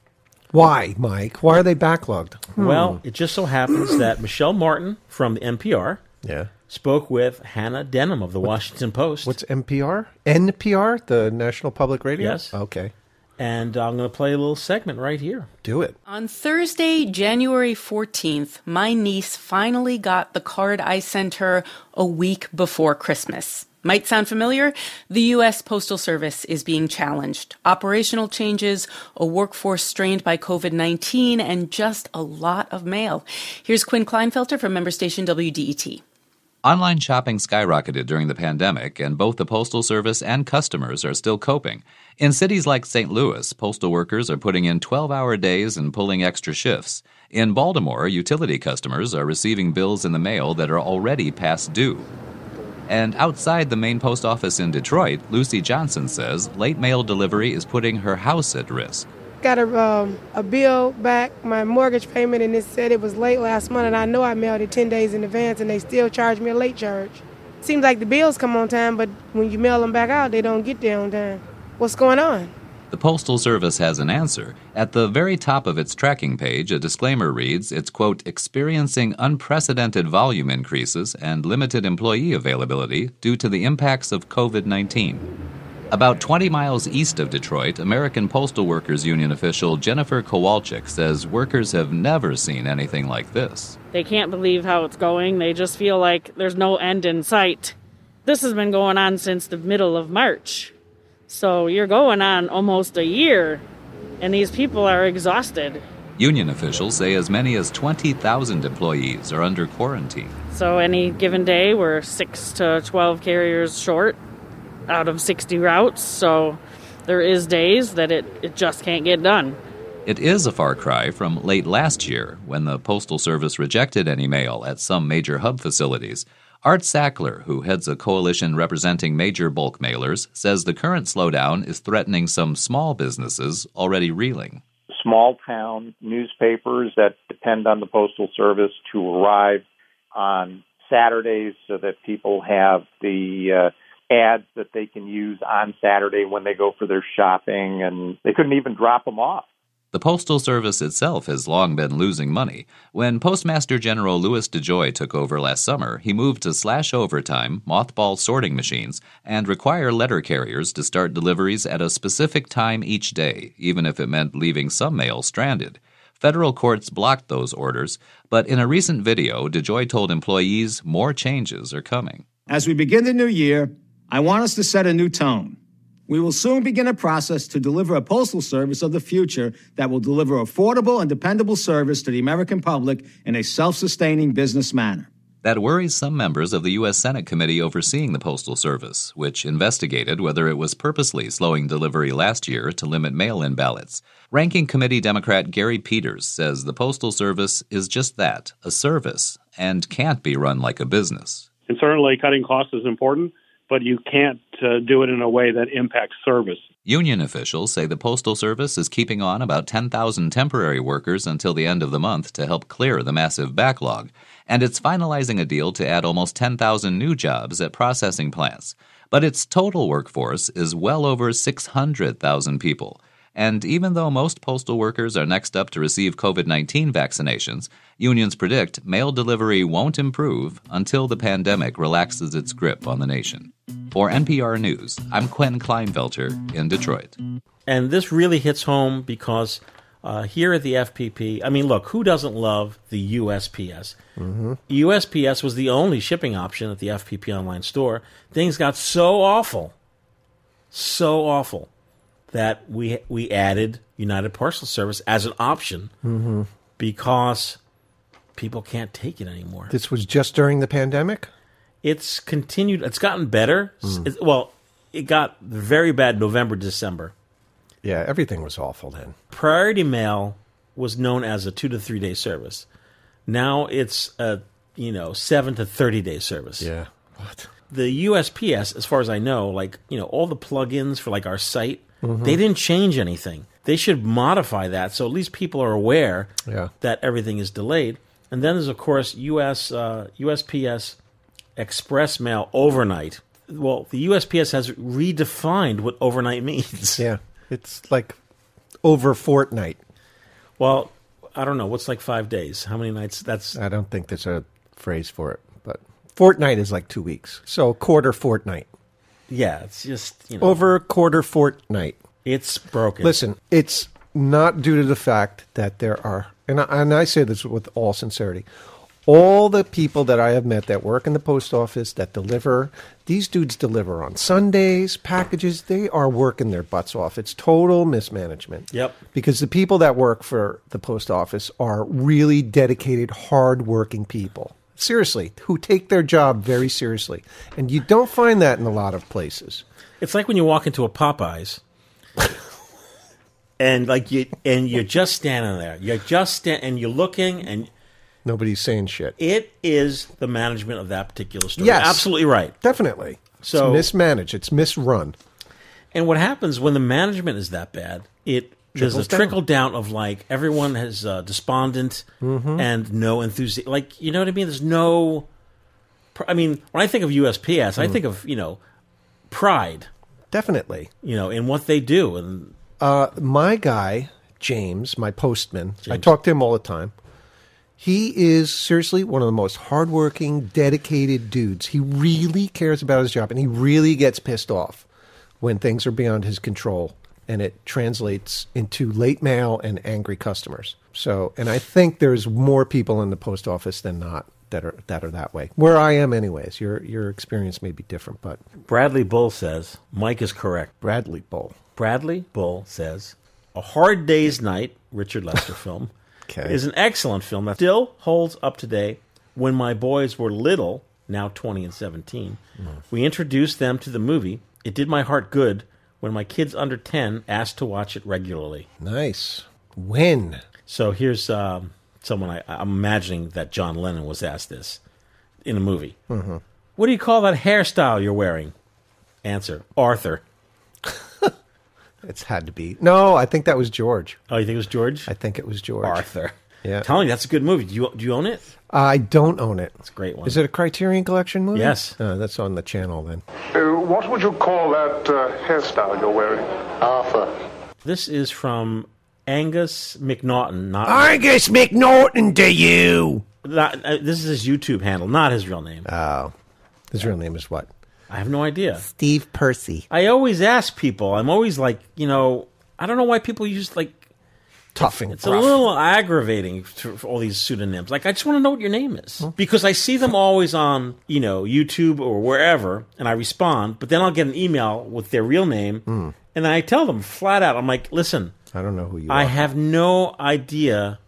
Speaker 4: Why, Mike? Why are they backlogged? Hmm.
Speaker 3: Well, it just so happens that Michelle Martin from the NPR
Speaker 4: yeah.
Speaker 3: spoke with Hannah Denham of the Washington Post.
Speaker 4: What's NPR? NPR, the National Public Radio.
Speaker 3: Yes.
Speaker 4: Okay.
Speaker 3: And I'm going to play a little segment right here.
Speaker 4: Do it.
Speaker 15: On Thursday, January 14th, my niece finally got the card I sent her a week before Christmas. Might sound familiar? The U.S. Postal Service is being challenged. Operational changes, a workforce strained by COVID 19, and just a lot of mail. Here's Quinn Kleinfelter from member station E WDET.
Speaker 16: Online shopping skyrocketed during the pandemic, and both the Postal Service and customers are still coping. In cities like St. Louis, postal workers are putting in 12 hour days and pulling extra shifts. In Baltimore, utility customers are receiving bills in the mail that are already past due. And outside the main post office in Detroit, Lucy Johnson says late mail delivery is putting her house at risk.
Speaker 17: Got a, um, a bill back, my mortgage payment, and it said it was late last month, and I know I mailed it 10 days in advance, and they still charge me a late charge. Seems like the bills come on time, but when you mail them back out, they don't get there on time. What's going on?
Speaker 16: The Postal Service has an answer. At the very top of its tracking page, a disclaimer reads it's, quote, experiencing unprecedented volume increases and limited employee availability due to the impacts of COVID 19. About 20 miles east of Detroit, American Postal Workers Union official Jennifer Kowalczyk says workers have never seen anything like this.
Speaker 18: They can't believe how it's going. They just feel like there's no end in sight. This has been going on since the middle of March. So you're going on almost a year, and these people are exhausted.
Speaker 16: Union officials say as many as 20,000 employees are under quarantine.
Speaker 18: So any given day, we're 6 to 12 carriers short out of 60 routes. So there is days that it, it just can't get done.
Speaker 16: It is a far cry from late last year when the Postal Service rejected any mail at some major hub facilities. Art Sackler, who heads a coalition representing major bulk mailers, says the current slowdown is threatening some small businesses already reeling.
Speaker 19: small town newspapers that depend on the Postal Service to arrive on Saturdays so that people have the uh, ads that they can use on Saturday when they go for their shopping. And they couldn't even drop them off.
Speaker 16: The Postal Service itself has long been losing money. When Postmaster General Louis DeJoy took over last summer, he moved to slash overtime, mothball sorting machines, and require letter carriers to start deliveries at a specific time each day, even if it meant leaving some mail stranded. Federal courts blocked those orders, but in a recent video, DeJoy told employees more changes are coming.
Speaker 20: As we begin the new year, I want us to set a new tone. We will soon begin a process to deliver a postal service of the future that will deliver affordable and dependable service to the American public in a self sustaining business manner.
Speaker 16: That worries some members of the U.S. Senate committee overseeing the Postal Service, which investigated whether it was purposely slowing delivery last year to limit mail in ballots. Ranking Committee Democrat Gary Peters says the Postal Service is just that a service and can't be run like a business.
Speaker 21: And certainly, cutting costs is important, but you can't uh, do it in a way that impacts service.
Speaker 16: Union officials say the Postal Service is keeping on about 10,000 temporary workers until the end of the month to help clear the massive backlog, and it's finalizing a deal to add almost 10,000 new jobs at processing plants. But its total workforce is well over 600,000 people. And even though most postal workers are next up to receive COVID 19 vaccinations, unions predict mail delivery won't improve until the pandemic relaxes its grip on the nation. For NPR News, I'm Quinn Kleinfelter in Detroit.
Speaker 3: And this really hits home because uh, here at the FPP, I mean, look, who doesn't love the USPS?
Speaker 4: Mm-hmm.
Speaker 3: USPS was the only shipping option at the FPP online store. Things got so awful, so awful, that we we added United Parcel Service as an option
Speaker 4: Mhm.
Speaker 3: because people can't take it anymore.
Speaker 4: This was just during the pandemic.
Speaker 3: It's continued. It's gotten better. S-
Speaker 4: Mm.
Speaker 3: it's- well, it got very bad November, December.
Speaker 4: Yeah, everything was awful then.
Speaker 3: Priority mail was known as a two to three day service. Now it's a you know seven to thirty day service. Yeah. What? The USPS, as far as I know, like you know all the plugins for like our site,
Speaker 4: Mhm.
Speaker 3: they didn't change anything. They should modify that so at least people are aware
Speaker 4: Yeah.
Speaker 3: that everything is delayed. And then there's of course US uh, USPS express mail overnight. Well, the USPS has redefined what overnight means.
Speaker 4: Yeah, it's like over fortnight.
Speaker 3: Well, I don't know. What's like five days? How many nights? That's
Speaker 4: I don't think there's a phrase for it, but fortnight is like two weeks. So quarter fortnight.
Speaker 3: yeah. It's just you know
Speaker 4: Over quarter fortnight.
Speaker 3: It's broken.
Speaker 4: Listen, it's not due to the fact that there are, and I, and I say this with all sincerity, all the people that I have met that work in the post office that deliver, these dudes deliver on Sundays, packages, they are working their butts off. It's total mismanagement.
Speaker 3: Yep.
Speaker 4: Because the people that work for the post office are really dedicated, hard-working people. Seriously, who take their job very seriously. And you don't find that in a lot of places.
Speaker 3: It's like when you walk into a Popeyes, and like you and you're just standing there. You're just sta- and you're looking, and
Speaker 4: Nobody's saying shit.
Speaker 3: it is the management of that particular store.
Speaker 4: Yes.
Speaker 3: absolutely right.
Speaker 4: Definitely.
Speaker 3: So-
Speaker 4: it's mismanaged. It's misrun.
Speaker 3: And what happens when the management is that bad? It there's
Speaker 4: Trickles
Speaker 3: a
Speaker 4: down.
Speaker 3: trickle down of like everyone has uh, despondent
Speaker 4: Mhm.
Speaker 3: and no enthusiasm. Like you know what I mean? There's no. pr- I mean, when I think of USPS, I
Speaker 4: Mm.
Speaker 3: think of you know pride,
Speaker 4: Definitely.
Speaker 3: you know, in what they do, and
Speaker 4: Uh, my guy, James, my postman, I talk to him all the time. He is seriously one of the most hardworking, dedicated dudes. He really cares about his job and he really gets pissed off when things are beyond his control and it translates into late mail and angry customers. So, and I think there's more people in the post office than not that are that are that way. Where I am anyways. Your your experience may be different, but
Speaker 3: Bradley Bull says Mike is correct.
Speaker 4: Bradley Bull.
Speaker 3: Bradley Bull says A Hard Day's Night, Richard Lester film,
Speaker 4: Okay.
Speaker 3: is an excellent film that still holds up today. When my boys were little, now 20 and 17,
Speaker 4: Mm.
Speaker 3: we introduced them to the movie. It did my heart good when my kids under 10 asked to watch it regularly.
Speaker 4: Nice. When?
Speaker 3: So here's um, someone I, I'm imagining that John Lennon was asked this in a movie.
Speaker 4: Mhm.
Speaker 3: What do you call that hairstyle you're wearing? Answer Arthur.
Speaker 4: It's had to be. No, I think that was George.
Speaker 3: Oh, you think it was George?
Speaker 4: I think it was George.
Speaker 3: Arthur.
Speaker 4: Yeah.
Speaker 3: Tony, that's a good movie. Do you, do you own it?
Speaker 4: I don't own it. It's
Speaker 3: a great one.
Speaker 4: Is it a Criterion Collection movie?
Speaker 3: Yes.
Speaker 4: Uh, that's on the channel then.
Speaker 9: Uh, what would you call that uh, hairstyle you're wearing? Arthur.
Speaker 3: This is from Angus McNaughton, not
Speaker 4: Angus McNaughton to you.
Speaker 3: Not, uh, this is his YouTube handle, not his real name.
Speaker 4: Oh, his real name is what?
Speaker 3: I have no idea.
Speaker 4: Steve Percy.
Speaker 3: I always ask people. I'm always like, you know, I don't know why people use like
Speaker 4: Tough and
Speaker 3: It's
Speaker 4: gruff.
Speaker 3: a little aggravating to, for all these pseudonyms. Like, I just want to know what your name is because I see them always on, you know, YouTube or wherever, and I respond. But then I'll get an email with their real name,
Speaker 4: Mm.
Speaker 3: and I tell them flat out, I'm like, listen,
Speaker 4: I don't know who you
Speaker 3: I
Speaker 4: are.
Speaker 3: have no idea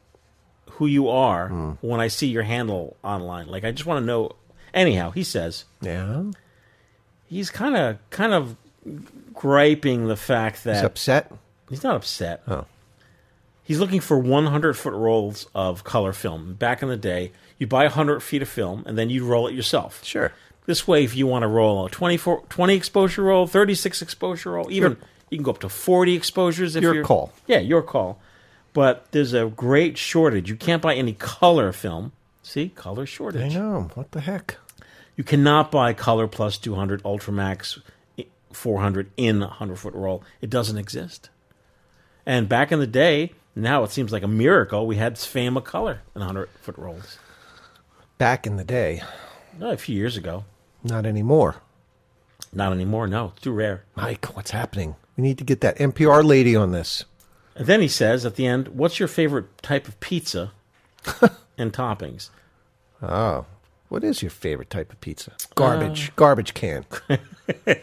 Speaker 3: who you are
Speaker 4: Hmm.
Speaker 3: when I see your handle online. Like, I just want to know. Anyhow, he says,
Speaker 4: yeah,
Speaker 3: he's kind of kind of griping the fact that
Speaker 4: He's upset.
Speaker 3: He's not upset.
Speaker 4: Oh.
Speaker 3: He's looking for 100 foot rolls of color film. Back in the day, you buy 100 feet of film and then you roll it yourself. Sure. This way, if you want to roll a 24, 20 exposure roll, 36 exposure roll, even
Speaker 4: Your-
Speaker 3: you can go up to 40 exposures if
Speaker 4: Your
Speaker 3: you're,
Speaker 4: call.
Speaker 3: Yeah, your call. But there's a great shortage. You can't buy any color film. See, color shortage.
Speaker 4: I know. What the heck?
Speaker 3: You cannot buy Color Plus 200 Ultramax 400 in a 100 foot roll. It doesn't exist. And back in the day, now it seems like a miracle we had Sfama Color in 100 foot rolls.
Speaker 4: Back in the day,
Speaker 3: Uh, a few years ago.
Speaker 4: not anymore.
Speaker 3: Not anymore, no. It's too rare.
Speaker 4: Mike, what's happening? We need to get that NPR lady on this.
Speaker 3: And then he says at the end, What's your favorite type of pizza and toppings?
Speaker 4: Oh, what is your favorite type of pizza? Garbage, garbage can.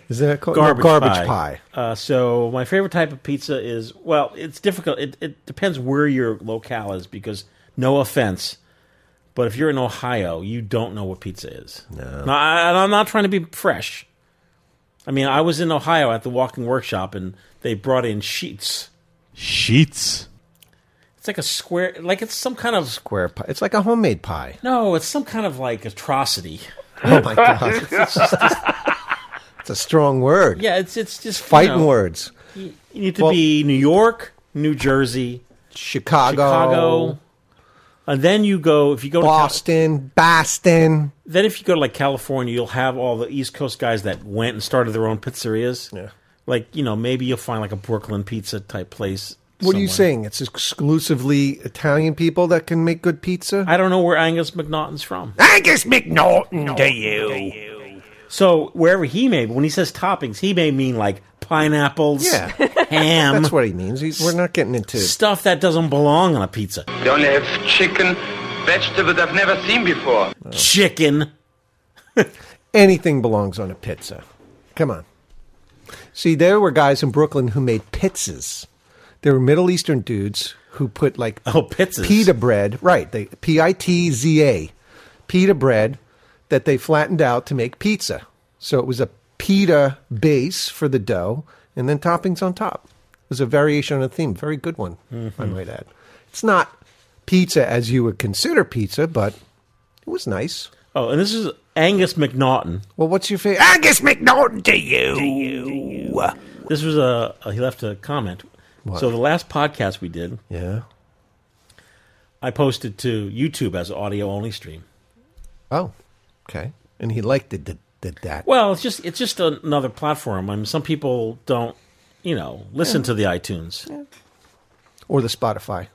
Speaker 4: is that called No,
Speaker 3: garbage,
Speaker 4: garbage
Speaker 3: pie.
Speaker 4: pie?
Speaker 3: Uh, so my favorite type of pizza is well, it's difficult. It, it depends where your locale is because no offense, but if you're in Ohio, you don't know what pizza is. No, I, and I'm not trying to be fresh. I mean, I was in Ohio at the Walking Workshop, and they brought in sheets.
Speaker 5: Sheets.
Speaker 3: It's like a square, like it's some kind of
Speaker 4: Square pie. It's like a homemade pie.
Speaker 3: no, it's some kind of like atrocity.
Speaker 4: Oh my god, it's, just- it's a strong word.
Speaker 3: Yeah, it's it's just you
Speaker 4: Fighting
Speaker 3: know,
Speaker 4: words.
Speaker 3: You, you need to
Speaker 4: Well-
Speaker 3: be New York, New Jersey,
Speaker 4: Chicago,
Speaker 3: Chicago, and then you go if you go to Cal-
Speaker 4: Boston, Boston.
Speaker 3: then if you go to like California, you'll have all the East Coast guys that went and started their own pizzerias. Yeah, like you know maybe you'll find like a Brooklyn pizza type place.
Speaker 4: What are you
Speaker 3: somewhere.
Speaker 4: saying? It's exclusively Italian people that can make good pizza.
Speaker 3: I don't know where Angus McNaughton's from.
Speaker 4: Angus McNaughton to you.
Speaker 3: So wherever he may, when he says toppings, he may mean like pineapples,
Speaker 4: Yeah.
Speaker 3: ham,
Speaker 4: That's what he means. He's, we're not getting into
Speaker 3: stuff that doesn't belong on a pizza.
Speaker 4: Oh.
Speaker 8: They only have chicken, vegetables I've never seen before.
Speaker 3: Chicken.
Speaker 4: anything belongs on a pizza. Come on. See, there were guys in Brooklyn who made pizzas. There were Middle Eastern dudes who put like
Speaker 3: oh pizzas
Speaker 4: pita bread right they p i t z a pita bread that they flattened out to make pizza. So it was a pita base for the dough and then toppings on top. It was a variation on a theme, very good one, I
Speaker 3: Mm-hmm.
Speaker 4: might add. It's not pizza as you would consider pizza, but it was nice.
Speaker 3: Oh, and this is Angus McNaughton.
Speaker 4: Well, what's your favorite? Angus McNaughton to you. you.
Speaker 3: This was a, a he left a comment.
Speaker 4: What?
Speaker 3: So the last podcast we did,
Speaker 4: yeah,
Speaker 3: I posted to YouTube as an audio only stream.
Speaker 4: Oh, okay. And he liked it. Did, did that?
Speaker 3: Well, it's just it's just another platform. I mean, some people don't, you know, listen
Speaker 4: Yeah.
Speaker 3: to the iTunes
Speaker 4: Or the Spotify,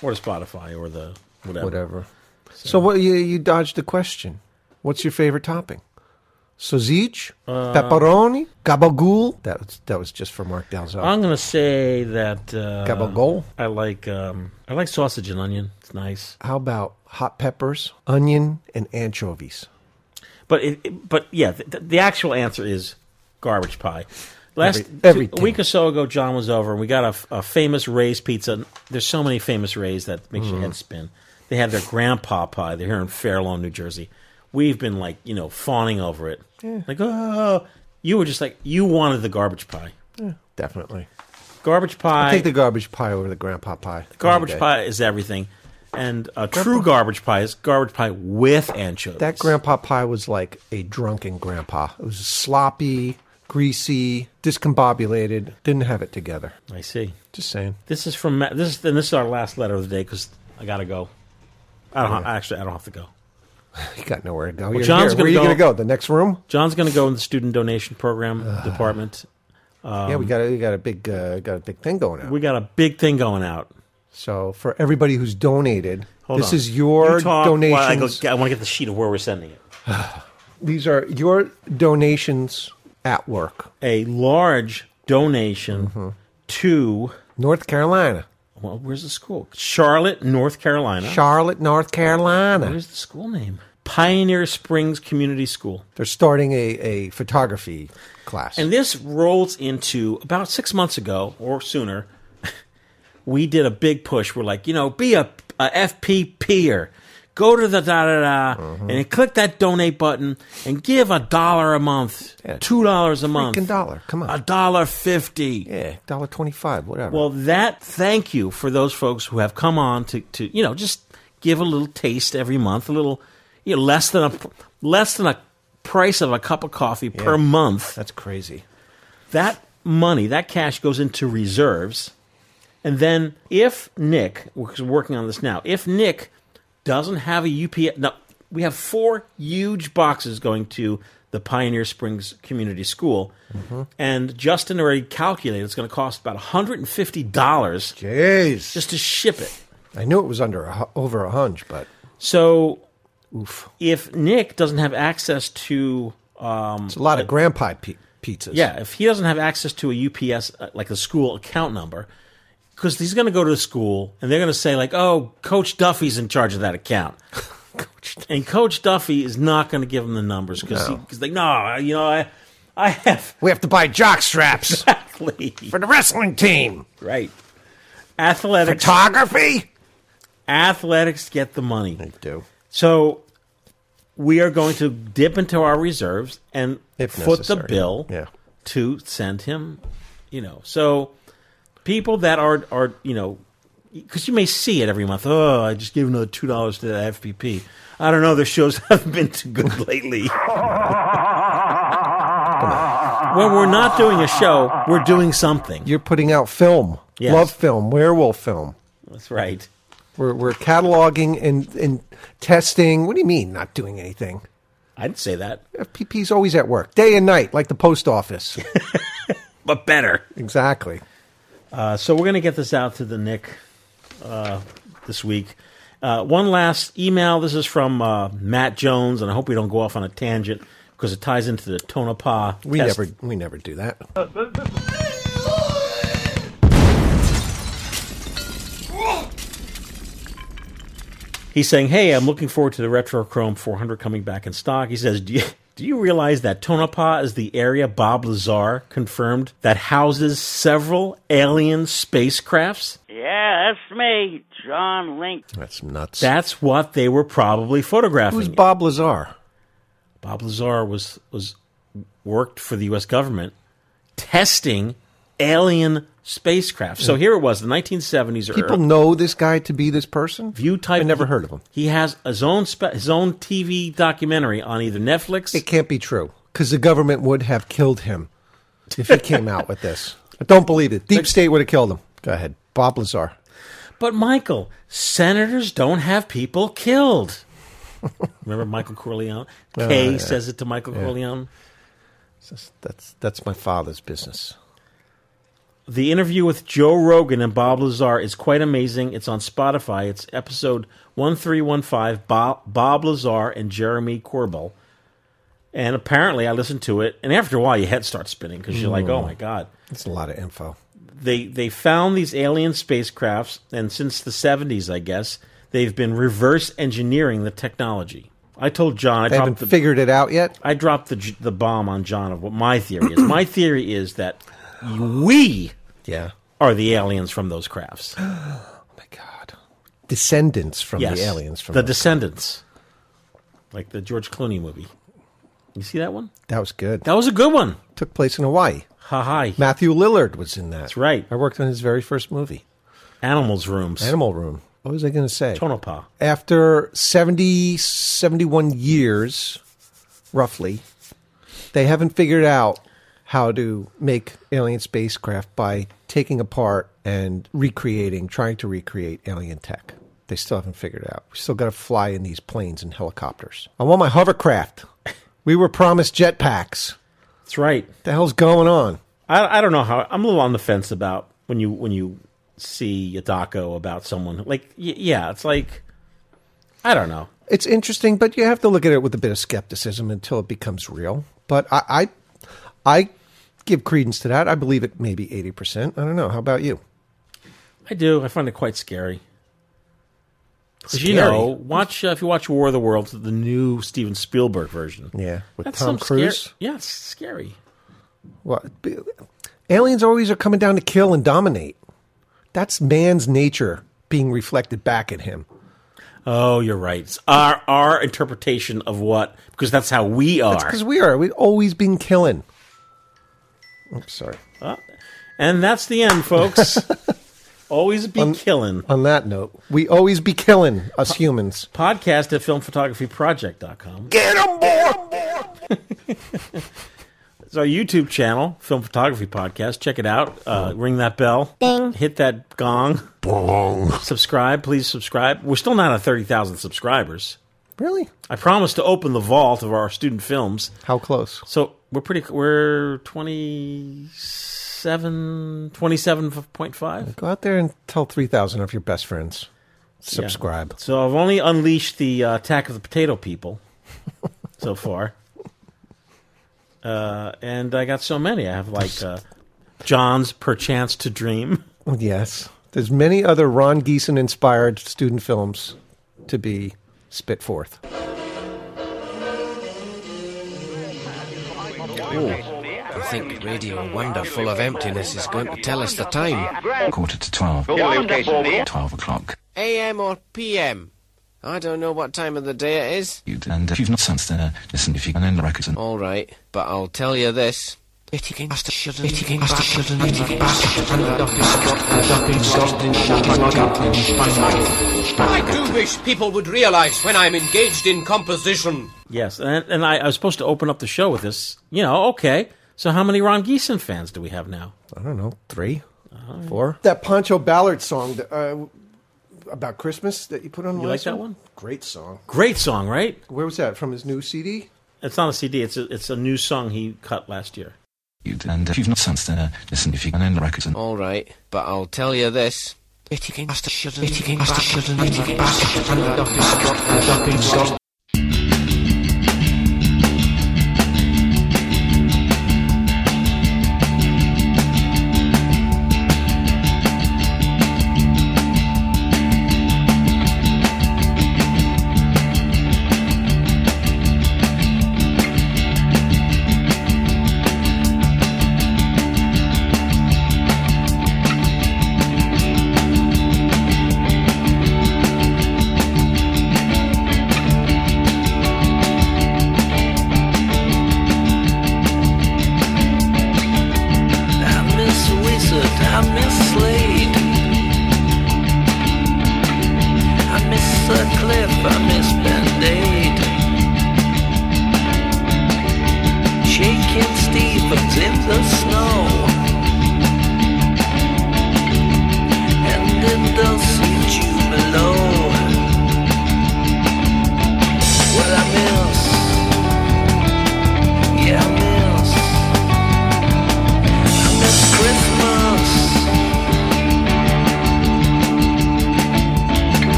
Speaker 3: or the Spotify or the whatever.
Speaker 4: whatever. So, what you you dodged the question. What's your favorite topping? Sausage,
Speaker 3: Uh,
Speaker 4: pepperoni, gabagool. That was that was just for Mark Dalzell.
Speaker 3: I'm gonna say that uh,
Speaker 4: Gabagool?
Speaker 3: I like um, I like sausage and onion. It's nice,
Speaker 4: How about hot peppers, onion, and anchovies?
Speaker 3: but it, it- but yeah, the, the actual answer is garbage pie. Last
Speaker 4: Every-
Speaker 3: two-
Speaker 4: everything.
Speaker 3: a week or so ago, John was over and we got a f- a, famous Ray's pizza. There's so many famous Ray's that makes your
Speaker 4: Mhm.
Speaker 3: head spin. They had their grandpa pie. They're here in Fairlawn, New Jersey. We've been like you know fawning over it.
Speaker 4: Yeah.
Speaker 3: Like, oh, you were just like, you wanted the garbage pie.
Speaker 4: Yeah, definitely.
Speaker 3: Garbage
Speaker 4: I
Speaker 3: pie.
Speaker 4: take the garbage pie over the grandpa pie. any
Speaker 3: garbage
Speaker 4: day.
Speaker 3: pie is everything. And a true garbage pie is garbage pie with anchovies.
Speaker 4: That grandpa pie was like a drunken grandpa. It was sloppy, greasy, discombobulated. Didn't have it together.
Speaker 3: I see.
Speaker 4: Just saying.
Speaker 3: This is from Ma- this, is- and this is our last letter of the day because I gotta go. I don't
Speaker 4: Yeah.
Speaker 3: actually. I don't have to go.
Speaker 4: You got nowhere to go.
Speaker 3: Well,
Speaker 4: You're
Speaker 3: John's
Speaker 4: here.
Speaker 3: gonna
Speaker 4: Where are you
Speaker 3: go-
Speaker 4: going to go? The next room?
Speaker 3: John's gonna go in the student donation program department. Um,
Speaker 4: yeah, we got a, we got a big uh, got a big thing going on.
Speaker 3: we got a big thing going out.
Speaker 4: So for everybody who's donated,
Speaker 3: Hold
Speaker 4: this
Speaker 3: on.
Speaker 4: is your
Speaker 3: You talk while I, go,
Speaker 4: donations.
Speaker 3: I want to get the sheet of where we're sending it.
Speaker 4: These are your donations at work.
Speaker 3: A large donation
Speaker 4: Mm-hmm.
Speaker 3: to
Speaker 4: North Carolina.
Speaker 3: Well, where's the school? Charlotte, North Carolina.
Speaker 4: Charlotte, North Carolina.
Speaker 3: Where's the school name? Pioneer Springs Community School.
Speaker 4: They're starting a, a photography class.
Speaker 3: And this rolls into about six months ago or sooner. we did a big push. We're like, you know, be a, a FPPer. Go to the da da da
Speaker 4: Mm-hmm.
Speaker 3: and then click that donate button and give a dollar a month, two dollars a month,
Speaker 4: Freaking dollar. Come on.
Speaker 3: a dollar fifty.
Speaker 4: Yeah, dollar twenty-five, whatever.
Speaker 3: Well, that thank you for those folks who have come on to, to you know just give a little taste every month, a little you know, less than a less than a price of a cup of coffee per month.
Speaker 4: That's crazy.
Speaker 3: That money, that cash goes into reserves, and then if Nick, because we're working on this now, if Nick doesn't have a UPS, no, we have four huge boxes going to the Pioneer Springs Community School. And Justin already calculated it's going to cost about $150
Speaker 4: Jeez.
Speaker 3: just to ship it.
Speaker 4: I knew it was under a, hu- over a hunch, but
Speaker 3: So if Nick doesn't have access to. Um,
Speaker 4: it's a lot of grandpa pi- pizzas.
Speaker 3: Yeah, if he doesn't have access to a UPS, uh, like a school account number, because he's going to go to the school and they're going to say, like, oh, Coach Duffy's in charge of that account. and Coach Duffy is not going to give him the numbers because
Speaker 4: No.
Speaker 3: they, no, you know, I, I have.
Speaker 4: We have to buy jock straps
Speaker 3: Exactly.
Speaker 4: for the wrestling team.
Speaker 3: Right. Athletics.
Speaker 4: Photography?
Speaker 3: Athletics get the money.
Speaker 4: They do.
Speaker 3: So we are going to dip into our reserves and
Speaker 4: If
Speaker 3: foot
Speaker 4: necessary.
Speaker 3: the bill
Speaker 4: Yeah.
Speaker 3: to send him, you know. So people that are are, you know, because you may see it every month. Oh, I just gave another two dollars to the FPP. I don't know. Their shows haven't been too good lately. when we're not doing a show, we're doing something.
Speaker 4: You're putting out film,
Speaker 3: Yes.
Speaker 4: love film, werewolf film.
Speaker 3: That's right.
Speaker 4: We're, we're cataloging and, and testing. What do you mean, not doing anything?
Speaker 3: I'd say that,
Speaker 4: FPP's always at work, day and night, like the post office.
Speaker 3: but better.
Speaker 4: exactly.
Speaker 3: Uh, so we're going to get this out to the Nick uh, this week. Uh, one last email. This is from uh, Matt Jones, and I hope we don't go off on a tangent because it ties into the Tonopah.
Speaker 4: We
Speaker 3: test. Uh,
Speaker 4: never we never do that.
Speaker 3: He's saying, "Hey, I'm looking forward to the Retro Chrome 400 coming back in stock." He says, "Do you, do you realize that Tonopah is the area Bob Lazar confirmed that houses several alien spacecrafts?
Speaker 18: Yeah, that's me, John Link.
Speaker 4: That's nuts.
Speaker 3: That's what they were probably photographing."
Speaker 4: Who's Bob Lazar?
Speaker 3: Bob Lazar was was worked for the U.S. government testing alien spacecraft. So here it was, the 1970s. Or
Speaker 4: People know this guy to be this person.
Speaker 3: View type.
Speaker 4: I never heard of him.
Speaker 3: He has his own spe- his own TV documentary on either Netflix.
Speaker 4: It can't be true because the government would have killed him if he came out with this. I don't believe it. Deep state would have killed him. Go ahead, Bob Lazar.
Speaker 3: But Michael, senators don't have people killed. Remember Michael Corleone?
Speaker 4: Oh,
Speaker 3: Kay
Speaker 4: yeah.
Speaker 3: says it to Michael
Speaker 4: Yeah.
Speaker 3: Corleone.
Speaker 4: That's that's my father's business.
Speaker 3: The interview with Joe Rogan and Bob Lazar is quite amazing. It's on Spotify. It's episode 1315 Bob, Bob Lazar and Jeremy Corbell. And apparently, I listened to it, and after a while, your head starts spinning because you're like,
Speaker 4: Mm.
Speaker 3: oh my God.
Speaker 4: That's a lot of info.
Speaker 3: They, they found these alien spacecrafts, and since the 70s, I guess, they've been reverse engineering the technology. I told John, I
Speaker 4: They
Speaker 3: dropped
Speaker 4: haven't
Speaker 3: the,
Speaker 4: figured it out yet.
Speaker 3: I dropped the j- the bomb on John of what my theory is. my theory is that we
Speaker 4: Yeah.
Speaker 3: are the aliens from those crafts.
Speaker 4: Descendants from
Speaker 3: yes,
Speaker 4: the aliens from
Speaker 3: the
Speaker 4: the-
Speaker 3: Descendants, like the George Clooney movie. You see that one?
Speaker 4: that was good.
Speaker 3: That was a good one.
Speaker 4: Took place in Hawaii.
Speaker 3: Ha ha!
Speaker 4: Matthew Lillard was in that. That's
Speaker 3: right.
Speaker 4: I worked on his very first movie,
Speaker 3: Animals rooms.
Speaker 4: Animal Room. What was I going to say?
Speaker 3: Tonopah.
Speaker 4: After 70, 71 years, roughly, they haven't figured out how to make alien spacecraft by taking apart and recreating, trying to recreate alien tech. They still haven't figured it out. We still got to fly in these planes and helicopters. I want my hovercraft. We were promised jetpacks.
Speaker 3: That's right.
Speaker 4: The hell's going on?
Speaker 3: I I don't know how. I'm a little on the fence about when you when you see a doco about someone like y- yeah, it's like I don't know.
Speaker 4: It's interesting, but you have to look at it with a bit of skepticism until it becomes real. But I, I, I give credence to that. I believe it maybe eighty percent. I don't know. How about you?
Speaker 3: I do. I find it quite scary. Because you
Speaker 4: Scary?
Speaker 3: know, watch uh, if you watch War of the Worlds, the new Steven Spielberg version.
Speaker 4: Yeah, with
Speaker 3: That's some
Speaker 4: Tom
Speaker 3: scary-
Speaker 4: Cruise?
Speaker 3: yeah, it's scary.
Speaker 4: Well, b- aliens always are coming down to kill and dominate. That's man's nature being reflected back at him.
Speaker 3: Oh, you're right. It's our our interpretation of what because that's how we
Speaker 4: That's
Speaker 3: are.
Speaker 4: because we are. We've always been killing. I'm sorry.
Speaker 3: and that's the end, folks. Always be
Speaker 4: Um,
Speaker 3: killing.
Speaker 4: On that note, we always be killing us humans.
Speaker 3: Podcast at filmphotographyproject.com.
Speaker 4: Get them, boy!
Speaker 3: It's our YouTube channel, Film Photography Podcast. Check it out. Uh, ring that bell. Ding. Hit that gong. Bong. Subscribe. Please subscribe. We're still not at 30,000 subscribers.
Speaker 4: Really?
Speaker 3: I promised to open the vault of our student films.
Speaker 4: How close?
Speaker 3: So we're pretty, we're 27, 27.5.
Speaker 4: Go out there and tell 3,000 of your best friends. Subscribe.
Speaker 3: So I've only unleashed the uh, attack of the potato people so far. Uh, and I got so many. I have like uh, John's Perchance to Dream.
Speaker 4: Oh, Yes. There's many other Ron Geeson inspired student films to be spit forth.
Speaker 5: I think Radio Wonder full of emptiness is going to tell us the time.
Speaker 22: Quarter to twelve. Twelve o'clock.
Speaker 5: AM or PM? I don't know what time of the day it is.
Speaker 22: You'd- And if you've not sensed uh, listen if you can end the records and
Speaker 5: All right, but I'll tell you this. Ittigan bastard shouldn't Ittigan bastard shouldn't Ittigan I do wish people would realize when I'm engaged in composition.
Speaker 3: Yes, and, and I, I was supposed to open up the show with this. You know, okay. So how many Ron Geeson fans do we have now?
Speaker 4: I don't know, three,
Speaker 3: Uh-huh.
Speaker 4: four. That Pancho Ballard song uh, about Christmas that you put on the
Speaker 3: You like
Speaker 4: last
Speaker 3: that one?
Speaker 4: Great song.
Speaker 3: Great song, right?
Speaker 4: Where was that? From his new CD?
Speaker 3: It's not a CD. It's a, it's a new song he cut last year.
Speaker 22: you'd, and if you've not sensed uh, listen if you can end the records and
Speaker 5: All right, but I'll tell you this. Ittigan bastard shouldn't Ittigan bastard shouldn't Ittigan bastard shouldn't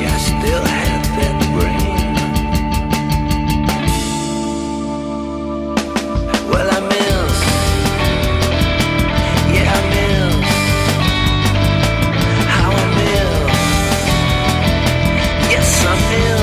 Speaker 5: I still had that brain. Well, I miss. Yeah, I miss. How I miss. Yes, I miss.